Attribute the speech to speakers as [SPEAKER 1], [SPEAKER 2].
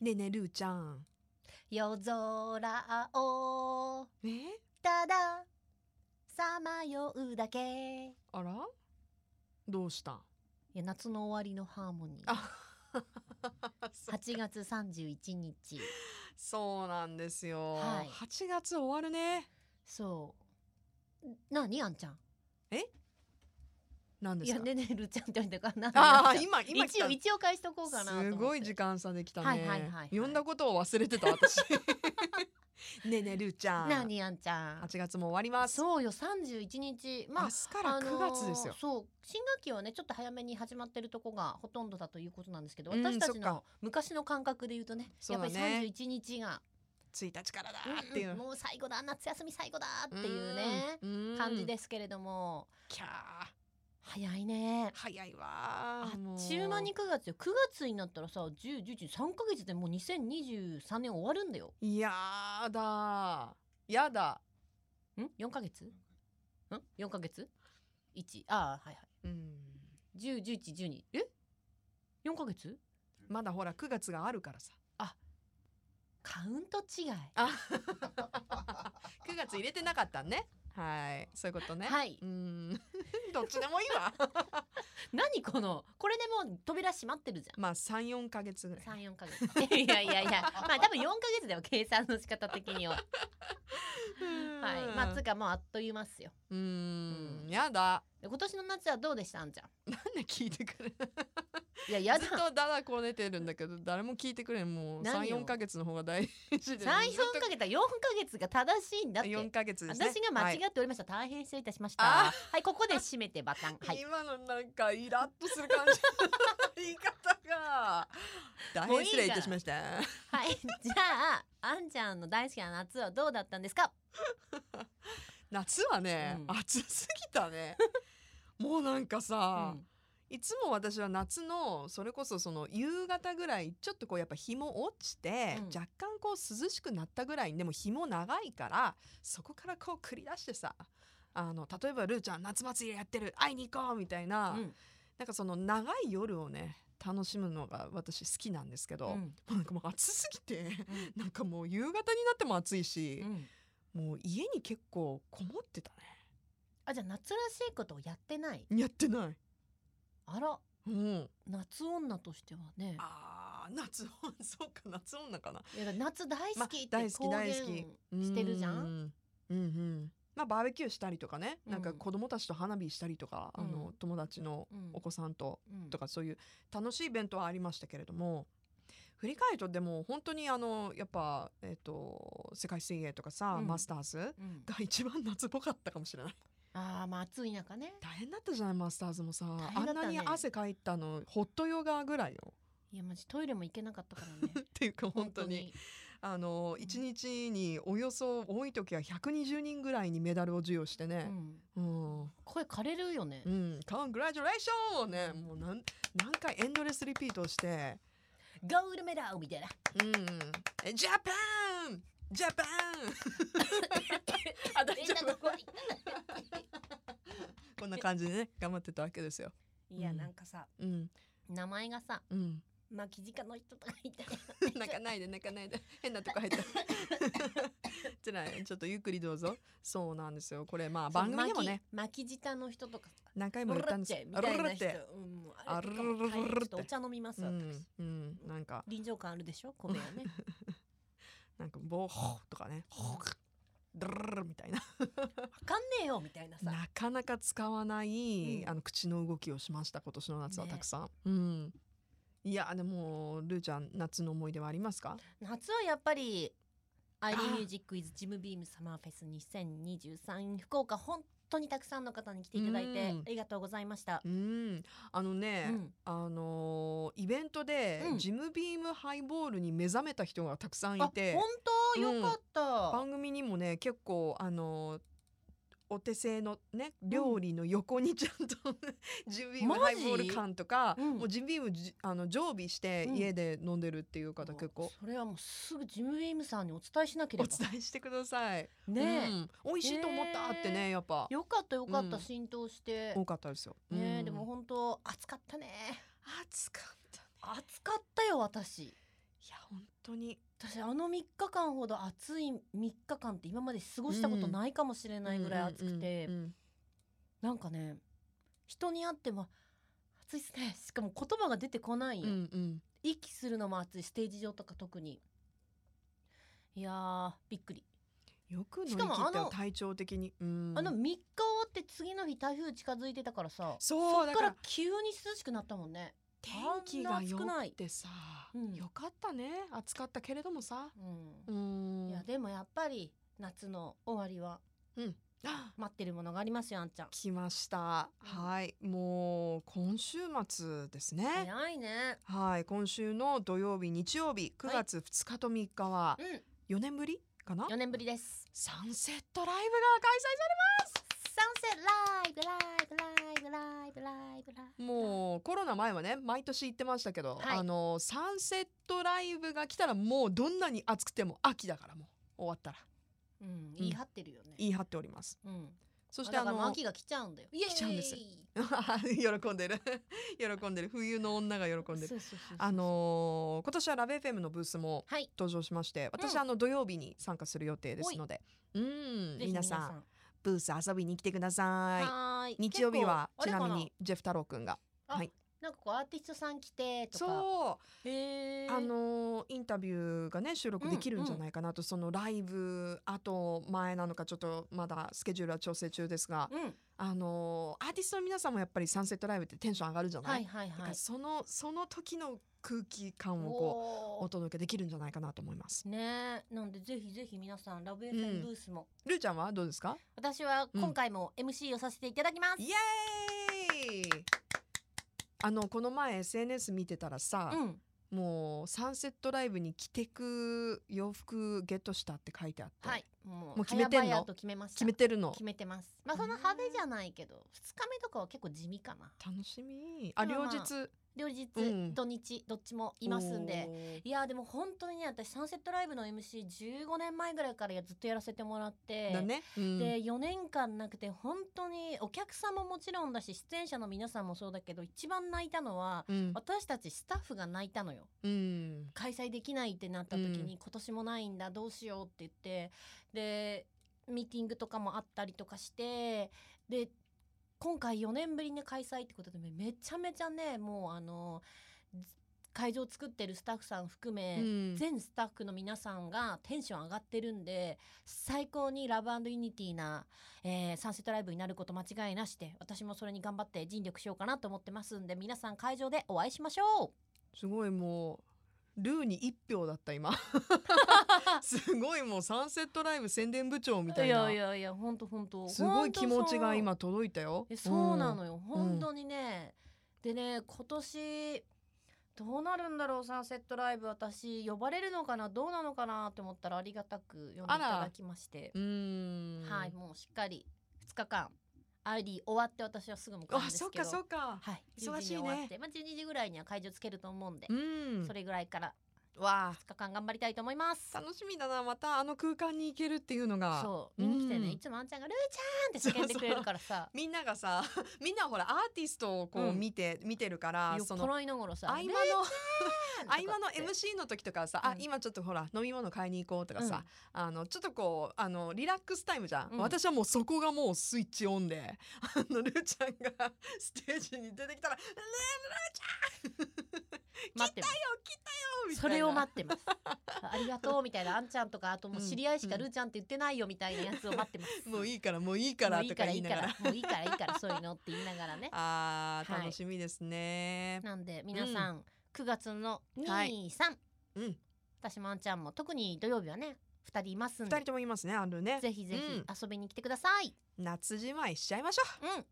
[SPEAKER 1] ねえねえルーちゃん
[SPEAKER 2] 夜空を
[SPEAKER 1] え
[SPEAKER 2] たださまようだけい
[SPEAKER 1] あらどうした
[SPEAKER 2] や夏の終わりのハーモニー
[SPEAKER 1] あ
[SPEAKER 2] 8月31日
[SPEAKER 1] そうなんですよ、
[SPEAKER 2] はい
[SPEAKER 1] 8月終わるね
[SPEAKER 2] そうなにあんちゃん
[SPEAKER 1] なんで
[SPEAKER 2] い
[SPEAKER 1] す
[SPEAKER 2] や
[SPEAKER 1] か
[SPEAKER 2] ねえねえるーちゃんって言われたから
[SPEAKER 1] ああ
[SPEAKER 2] なにんち
[SPEAKER 1] 今
[SPEAKER 2] ゃん
[SPEAKER 1] 今来
[SPEAKER 2] 一
[SPEAKER 1] た
[SPEAKER 2] 応一応返しとこうかなと思って
[SPEAKER 1] すごい時間差できたね、
[SPEAKER 2] はいはいはいはい
[SPEAKER 1] 呼んだことを忘れてた私 ねえねえルーちゃん
[SPEAKER 2] なにあんちゃん
[SPEAKER 1] 8月も終わります
[SPEAKER 2] そうよ31日まあ
[SPEAKER 1] 明日から9月ですよ
[SPEAKER 2] あのー、そう新学期はねちょっと早めに始まってるとこがほとんどだということなんですけど
[SPEAKER 1] うん
[SPEAKER 2] 私た
[SPEAKER 1] そ
[SPEAKER 2] ち
[SPEAKER 1] っか
[SPEAKER 2] の昔の感覚で言うとね
[SPEAKER 1] そうだ
[SPEAKER 2] や
[SPEAKER 1] ね
[SPEAKER 2] っぱり31日が、
[SPEAKER 1] 1日からだっていう、
[SPEAKER 2] うんうんもう最後だ夏休み最後だっていうね
[SPEAKER 1] うん
[SPEAKER 2] 感じですけれども
[SPEAKER 1] きゃー
[SPEAKER 2] 早いね
[SPEAKER 1] 早いわ
[SPEAKER 2] あ
[SPEAKER 1] ーもう
[SPEAKER 2] っちゅう間に9月よ9月になったらさ1011 3ヶ月でもう2023年終わるんだよ
[SPEAKER 1] いやーだーやだ
[SPEAKER 2] ん4ヶ月ん4ヶ月 ?1 ああはいはい
[SPEAKER 1] うん
[SPEAKER 2] 101112え4ヶ月
[SPEAKER 1] まだほら9月があるからさ
[SPEAKER 2] カウント違い。
[SPEAKER 1] あ9月入れてなかったんねはいそういうことね
[SPEAKER 2] はいう
[SPEAKER 1] ーん どっちでもいいわ
[SPEAKER 2] 何このこれでもう扉閉まってるじゃん。
[SPEAKER 1] まあ34か月ぐらい
[SPEAKER 2] 三四ヶ月。 いやいやいや、まあ多分四ヶ月だよ計算の仕方的には。は。
[SPEAKER 1] はい
[SPEAKER 2] まあつうかもうあっという間っすよ。
[SPEAKER 1] うー
[SPEAKER 2] うんん
[SPEAKER 1] やだ
[SPEAKER 2] で今年の夏はどうでしたあんちゃん。
[SPEAKER 1] なんで聞いてくれない
[SPEAKER 2] いや や
[SPEAKER 1] ずっ
[SPEAKER 2] だ。
[SPEAKER 1] とだだこねてるんだけど誰も聞いてくれんもう
[SPEAKER 2] 何を
[SPEAKER 1] 34か月の方が大事で
[SPEAKER 2] 三四ヶ月は四ヶ月が正しいんだって。
[SPEAKER 1] 4ヶ月ですね
[SPEAKER 2] 私が間違
[SPEAKER 1] は
[SPEAKER 2] っておりました。大変失礼いたしまし
[SPEAKER 1] あ
[SPEAKER 2] た。はい、ここで閉めてバ タン。はいい。
[SPEAKER 1] 今のなんかイラッとする感 じ言い方が大
[SPEAKER 2] もう
[SPEAKER 1] 変
[SPEAKER 2] いい
[SPEAKER 1] 失礼いたしました
[SPEAKER 2] はい。 じゃあ、あんちゃんの大好きな夏はどうだったんですか
[SPEAKER 1] 夏はね、
[SPEAKER 2] うん
[SPEAKER 1] 暑すぎたね もうなんかさ、
[SPEAKER 2] うん
[SPEAKER 1] いつも私は夏のそれこそその夕方ぐらいちょっとこうやっぱ日も落ちて、
[SPEAKER 2] うん
[SPEAKER 1] 若干こう涼しくなったぐらいでも日も長いからそこからこう繰り出してさあの例えばルーちゃん夏祭りやってる会いに行こうみたいな、
[SPEAKER 2] うん
[SPEAKER 1] なんかその長い夜をね楽しむのが私好きなんですけど、も
[SPEAKER 2] うん
[SPEAKER 1] うなんかもう暑すぎて
[SPEAKER 2] うん
[SPEAKER 1] なんかもう夕方になっても暑いし
[SPEAKER 2] う、ん
[SPEAKER 1] もう家に結構こもってた
[SPEAKER 2] あじゃあ夏らしいことをやってない
[SPEAKER 1] ねやってない
[SPEAKER 2] あら
[SPEAKER 1] うん、
[SPEAKER 2] 夏女としてはね
[SPEAKER 1] あー夏女そうか夏女かない
[SPEAKER 2] や夏大好きって
[SPEAKER 1] まあ大好き
[SPEAKER 2] 公
[SPEAKER 1] 大
[SPEAKER 2] 言
[SPEAKER 1] 好き
[SPEAKER 2] してるじゃん
[SPEAKER 1] うんうんうんまあバーベキューしたりとかね、なんか
[SPEAKER 2] うん
[SPEAKER 1] 子供たちと花火したりとか、あ
[SPEAKER 2] う
[SPEAKER 1] の
[SPEAKER 2] ん
[SPEAKER 1] 友達の
[SPEAKER 2] うん
[SPEAKER 1] お子さんと、
[SPEAKER 2] うん
[SPEAKER 1] とかそういう楽しいイベントはありましたけれども振り返るとでも本当にあのやっぱ、えっと世界水泳とかさ、
[SPEAKER 2] うん
[SPEAKER 1] マスターズが
[SPEAKER 2] うん
[SPEAKER 1] 一番夏っぽかったかもしれない
[SPEAKER 2] あーまあ暑い中ね
[SPEAKER 1] 大変だったじゃないマスターズもさ、あ
[SPEAKER 2] 変だ
[SPEAKER 1] ん
[SPEAKER 2] った
[SPEAKER 1] な
[SPEAKER 2] ね
[SPEAKER 1] に汗かいたのホットヨガぐらいよ
[SPEAKER 2] いやマジトイレも行けなかったからね
[SPEAKER 1] っていうか 本当にあの1日におよそ多い時は120人ぐらいにメダルを授与して
[SPEAKER 2] 本当
[SPEAKER 1] ね
[SPEAKER 2] に、うん
[SPEAKER 1] うん、
[SPEAKER 2] 声枯れるよね
[SPEAKER 1] うん、コングラジュレーションをねもう何何回エンドレスリピートして、
[SPEAKER 2] ゴールメダルみたいな
[SPEAKER 1] うん、えジャパンジャパンあ大
[SPEAKER 2] みん
[SPEAKER 1] 丈
[SPEAKER 2] な
[SPEAKER 1] 夫
[SPEAKER 2] どこ行った
[SPEAKER 1] こんな感じで ね頑張ってたわけですよ。
[SPEAKER 2] いやなんかさ
[SPEAKER 1] うん
[SPEAKER 2] 名前がさ
[SPEAKER 1] うん、
[SPEAKER 2] 巻き舌の人とかいて
[SPEAKER 1] 泣かないで泣かないで変なとこ入った つらいちょっとゆっくりどうぞそうなんですよこれまあ番組でもね
[SPEAKER 2] 巻き舌の人とかさ
[SPEAKER 1] 何回も言ったんです
[SPEAKER 2] おろっちみたいな人
[SPEAKER 1] あろろって
[SPEAKER 2] うんもうあれとか
[SPEAKER 1] あ
[SPEAKER 2] も
[SPEAKER 1] ろろろろろ
[SPEAKER 2] はいちょっとお茶飲みます
[SPEAKER 1] う
[SPEAKER 2] 私
[SPEAKER 1] ん、うん、なんか
[SPEAKER 2] 臨場感あるでしょ米はね
[SPEAKER 1] なんかボーホーとかねホードゥルルルみたいな
[SPEAKER 2] わかんねえよみたいなさ
[SPEAKER 1] なかなか使わない、
[SPEAKER 2] うん
[SPEAKER 1] あの口の動きをしました今年の夏は
[SPEAKER 2] ね
[SPEAKER 1] たくさん、うんいやでもルーちゃん夏の思い出はありますか
[SPEAKER 2] 夏はやっぱり「アイリーミュージックイズジムビームサマーフェス2023福岡」本当にたくさんの方に来ていただいて
[SPEAKER 1] うん
[SPEAKER 2] ありがとうございました
[SPEAKER 1] う。んあのね、
[SPEAKER 2] うん
[SPEAKER 1] あのーイベントで、
[SPEAKER 2] うん
[SPEAKER 1] ジムビームハイボールに目覚めた人がたくさんいて
[SPEAKER 2] あ本当よかった、
[SPEAKER 1] 番組にもね結構あのーお手製のね料理の横にちゃんと、ジムビーム
[SPEAKER 2] マ
[SPEAKER 1] ハ
[SPEAKER 2] ジ
[SPEAKER 1] イボール缶とか、
[SPEAKER 2] うん
[SPEAKER 1] もうジムビームじあの常備して
[SPEAKER 2] うん
[SPEAKER 1] 家で飲んでるっていう方
[SPEAKER 2] もう
[SPEAKER 1] 結構
[SPEAKER 2] それはもうすぐジムビームさんにお伝えしなけ
[SPEAKER 1] お
[SPEAKER 2] れば
[SPEAKER 1] 伝えしてください。
[SPEAKER 2] ねえ、
[SPEAKER 1] うん、美味しいと思ったってね、やっぱ
[SPEAKER 2] よかったよかった、
[SPEAKER 1] うん
[SPEAKER 2] 浸透して
[SPEAKER 1] 多かったですよ。
[SPEAKER 2] ねえ、
[SPEAKER 1] うん
[SPEAKER 2] でも本当暑かったね
[SPEAKER 1] 暑かった。
[SPEAKER 2] 暑かったよ私
[SPEAKER 1] いや本当に
[SPEAKER 2] 私あの3日間ほど暑い3日間って今まで過ごしたことないかもしれないぐらい暑くて、
[SPEAKER 1] うんうんうん
[SPEAKER 2] なんかね人に会っても「暑いっすね」しかも言葉が出てこないよ、
[SPEAKER 1] うんうん
[SPEAKER 2] 息するのも暑いステージ上とか特にいやーびっくり、
[SPEAKER 1] よく乗り切
[SPEAKER 2] しかも
[SPEAKER 1] っ
[SPEAKER 2] あ
[SPEAKER 1] たよ
[SPEAKER 2] の
[SPEAKER 1] 体調的に、うん、
[SPEAKER 2] あの3日終わって次の日台風近づいてたからさ
[SPEAKER 1] そうだ
[SPEAKER 2] だか
[SPEAKER 1] から
[SPEAKER 2] ら急に涼しくなったもんね
[SPEAKER 1] 天気が良くてさ、
[SPEAKER 2] うん
[SPEAKER 1] よかったね暑かったけれどもさう
[SPEAKER 2] うんんいやでもやっぱり夏の終わりは
[SPEAKER 1] あ
[SPEAKER 2] 待ってるものがありますよあんちゃん
[SPEAKER 1] 来ました、
[SPEAKER 2] うん
[SPEAKER 1] はいもう今週末ですね、
[SPEAKER 2] 早いね
[SPEAKER 1] はい今週の土曜日日曜日9月2日と3日は
[SPEAKER 2] うん
[SPEAKER 1] 4年ぶりかな
[SPEAKER 2] 4年ぶりです
[SPEAKER 1] サンセットライブが開催さ
[SPEAKER 2] サンセットライブライブライブライブライブライ
[SPEAKER 1] れもうコロナ前はね毎年行ってましたけど、
[SPEAKER 2] はい
[SPEAKER 1] あのサンセットライブが来たらもうどんなに暑くても秋だからもう終わったら
[SPEAKER 2] ブうん言い張ってるよね
[SPEAKER 1] 言い張っております
[SPEAKER 2] うん
[SPEAKER 1] そし
[SPEAKER 2] あ
[SPEAKER 1] て
[SPEAKER 2] だ
[SPEAKER 1] あ
[SPEAKER 2] からもう
[SPEAKER 1] の
[SPEAKER 2] 秋が来ちゃうんだよイエーイ
[SPEAKER 1] 来ちゃうんです 喜んでる 喜んでる冬の女が喜んでる
[SPEAKER 2] そうそうそうそう
[SPEAKER 1] あのー今年はラベ FM のブースも
[SPEAKER 2] はい
[SPEAKER 1] 登場しまして私、
[SPEAKER 2] うん
[SPEAKER 1] あの土曜日に参加する予定ですのでうん
[SPEAKER 2] ぜひ
[SPEAKER 1] 皆さんブース遊びに来てくださ
[SPEAKER 2] はーい
[SPEAKER 1] い日曜日はち
[SPEAKER 2] 結
[SPEAKER 1] な
[SPEAKER 2] 構あれか
[SPEAKER 1] みにジェフ太郎くんが
[SPEAKER 2] なんかこうアーティストさん来てとか
[SPEAKER 1] そう
[SPEAKER 2] へえ
[SPEAKER 1] うあのーインタビューがね収録できるんじゃないかなと、そのライブあと前なのかちょっとまだスケジュールは調整中ですが、
[SPEAKER 2] うん
[SPEAKER 1] あのーアーティストの皆さんもやっぱりサンセットライブってテンション上がるじゃない、
[SPEAKER 2] はいはい
[SPEAKER 1] だか
[SPEAKER 2] は
[SPEAKER 1] ら
[SPEAKER 2] い
[SPEAKER 1] そのその時の空気感をこう
[SPEAKER 2] お
[SPEAKER 1] お
[SPEAKER 2] ー
[SPEAKER 1] 届けできるんじゃないかなと思います。
[SPEAKER 2] ねえなんでぜひぜひ皆さんラブ
[SPEAKER 1] うん
[SPEAKER 2] FM ブースも
[SPEAKER 1] ルーちゃんはどうですか？
[SPEAKER 2] 私は今回も MC をさせていただきます
[SPEAKER 1] イエーイ！あのこの前 SNS 見てたらさ、
[SPEAKER 2] うん
[SPEAKER 1] もうサンセットライブに着てく洋服ゲットしたって書いてあって、
[SPEAKER 2] はいも
[SPEAKER 1] も
[SPEAKER 2] う
[SPEAKER 1] う決めてんの
[SPEAKER 2] 早々と決めました
[SPEAKER 1] 決めてるの
[SPEAKER 2] 決めてますまあそんな派手じゃないけど二日目とかは結構地味かな
[SPEAKER 1] 楽しみあ
[SPEAKER 2] で
[SPEAKER 1] 両
[SPEAKER 2] もまあ
[SPEAKER 1] 日
[SPEAKER 2] 両日、
[SPEAKER 1] うん
[SPEAKER 2] 土日どっちもいますんで
[SPEAKER 1] で
[SPEAKER 2] いやでも本当にね私サンセットライブの MC15 年前ぐらいからやずっとやらせてもらって
[SPEAKER 1] だね、うん
[SPEAKER 2] で4年間なくて本当にお客さんももちろんだし出演者の皆さんもそうだけど一番泣いたのは
[SPEAKER 1] うん
[SPEAKER 2] 私たちスタッフが泣いたのよ
[SPEAKER 1] うん
[SPEAKER 2] 開催できないってなった時
[SPEAKER 1] うん
[SPEAKER 2] に、今年もないんだどうしようって言ってでミーティングとかもあったりとかしてで今回4年ぶりに開催ってことでめちゃめちゃねもうあのず会場作ってるスタッフさん含め、
[SPEAKER 1] うん
[SPEAKER 2] 全スタッフの皆さんがテンション上がってるんで最高にラブユニティな、えーサンセットライブになること間違いなしで私もそれに頑張って尽力しようかなと思ってますんで皆さん会場でお会いしましょ
[SPEAKER 1] すごいもうルーに一票だった 今すごいもうサンセットライブ宣伝部長
[SPEAKER 2] う
[SPEAKER 1] みたいない
[SPEAKER 2] やいやいや本当本当
[SPEAKER 1] すごい気持ちが今届いたよ
[SPEAKER 2] えそうなの
[SPEAKER 1] よ、
[SPEAKER 2] よ、本当にねでね今年どうなるんだろうサンセットライブ私呼ばれるのかなどうなのかなって思ったらありがたく呼んでいただきまして
[SPEAKER 1] う、ん、
[SPEAKER 2] はいもうしっかり2日間アイリー終わって私はすぐ向かうん
[SPEAKER 1] あ
[SPEAKER 2] です
[SPEAKER 1] そっ
[SPEAKER 2] けど
[SPEAKER 1] かそっか
[SPEAKER 2] はい
[SPEAKER 1] 忙しいね
[SPEAKER 2] 10時に終わって、まあ、12時ぐらいには会場つけると思うんで、
[SPEAKER 1] うん
[SPEAKER 2] それぐらいから
[SPEAKER 1] わ
[SPEAKER 2] 2日間頑張りたいと思います
[SPEAKER 1] あ楽しみだなまたあの空間に行けるっていうのが
[SPEAKER 2] そう見に来てね、
[SPEAKER 1] うん
[SPEAKER 2] いつもあんちゃんが「ルーちゃん!」って叫んでくれるか らさ
[SPEAKER 1] みんながさみんなほらアーティストをこう
[SPEAKER 2] うん
[SPEAKER 1] 見て、見てるから
[SPEAKER 2] 酔っ
[SPEAKER 1] その
[SPEAKER 2] 払いながらさ
[SPEAKER 1] 合間の合
[SPEAKER 2] ルーちゃんと
[SPEAKER 1] 間
[SPEAKER 2] か
[SPEAKER 1] の
[SPEAKER 2] って
[SPEAKER 1] MC の時とかはさ、あ
[SPEAKER 2] うん
[SPEAKER 1] 今ちょっとほら飲み物買いに行こうとかさ、あのちょっとこうあのリラックスタイムじゃん、
[SPEAKER 2] うん
[SPEAKER 1] 私はもうそこがもうスイッチオンであのルーちゃんがステージに出てきたら「ルール
[SPEAKER 2] うん待ってま
[SPEAKER 1] ー来
[SPEAKER 2] す
[SPEAKER 1] たよ」みたいな
[SPEAKER 2] それを待ってます。ありがとうみたいな、あんちゃんとか、あともう知り合いしか
[SPEAKER 1] うん
[SPEAKER 2] ルーちゃんって言ってないよみたいなやつを待ってま す。
[SPEAKER 1] もう
[SPEAKER 2] い
[SPEAKER 1] いいからもういいからとか言いながら
[SPEAKER 2] もういいから、いいから、もういいから、いいから、そういうのって言いながらね。
[SPEAKER 1] あー
[SPEAKER 2] はい
[SPEAKER 1] 楽しみですね、
[SPEAKER 2] なんで、皆さん、9月の2、
[SPEAKER 1] はい
[SPEAKER 2] 3、
[SPEAKER 1] うん
[SPEAKER 2] 私もあんちゃんも、特に土曜日はね、2人いますん
[SPEAKER 1] 二
[SPEAKER 2] で
[SPEAKER 1] 人、ともいますねあるね
[SPEAKER 2] ぜひぜひ
[SPEAKER 1] うん
[SPEAKER 2] 遊びに来てください。
[SPEAKER 1] 夏じまいしちゃいましょう
[SPEAKER 2] うん、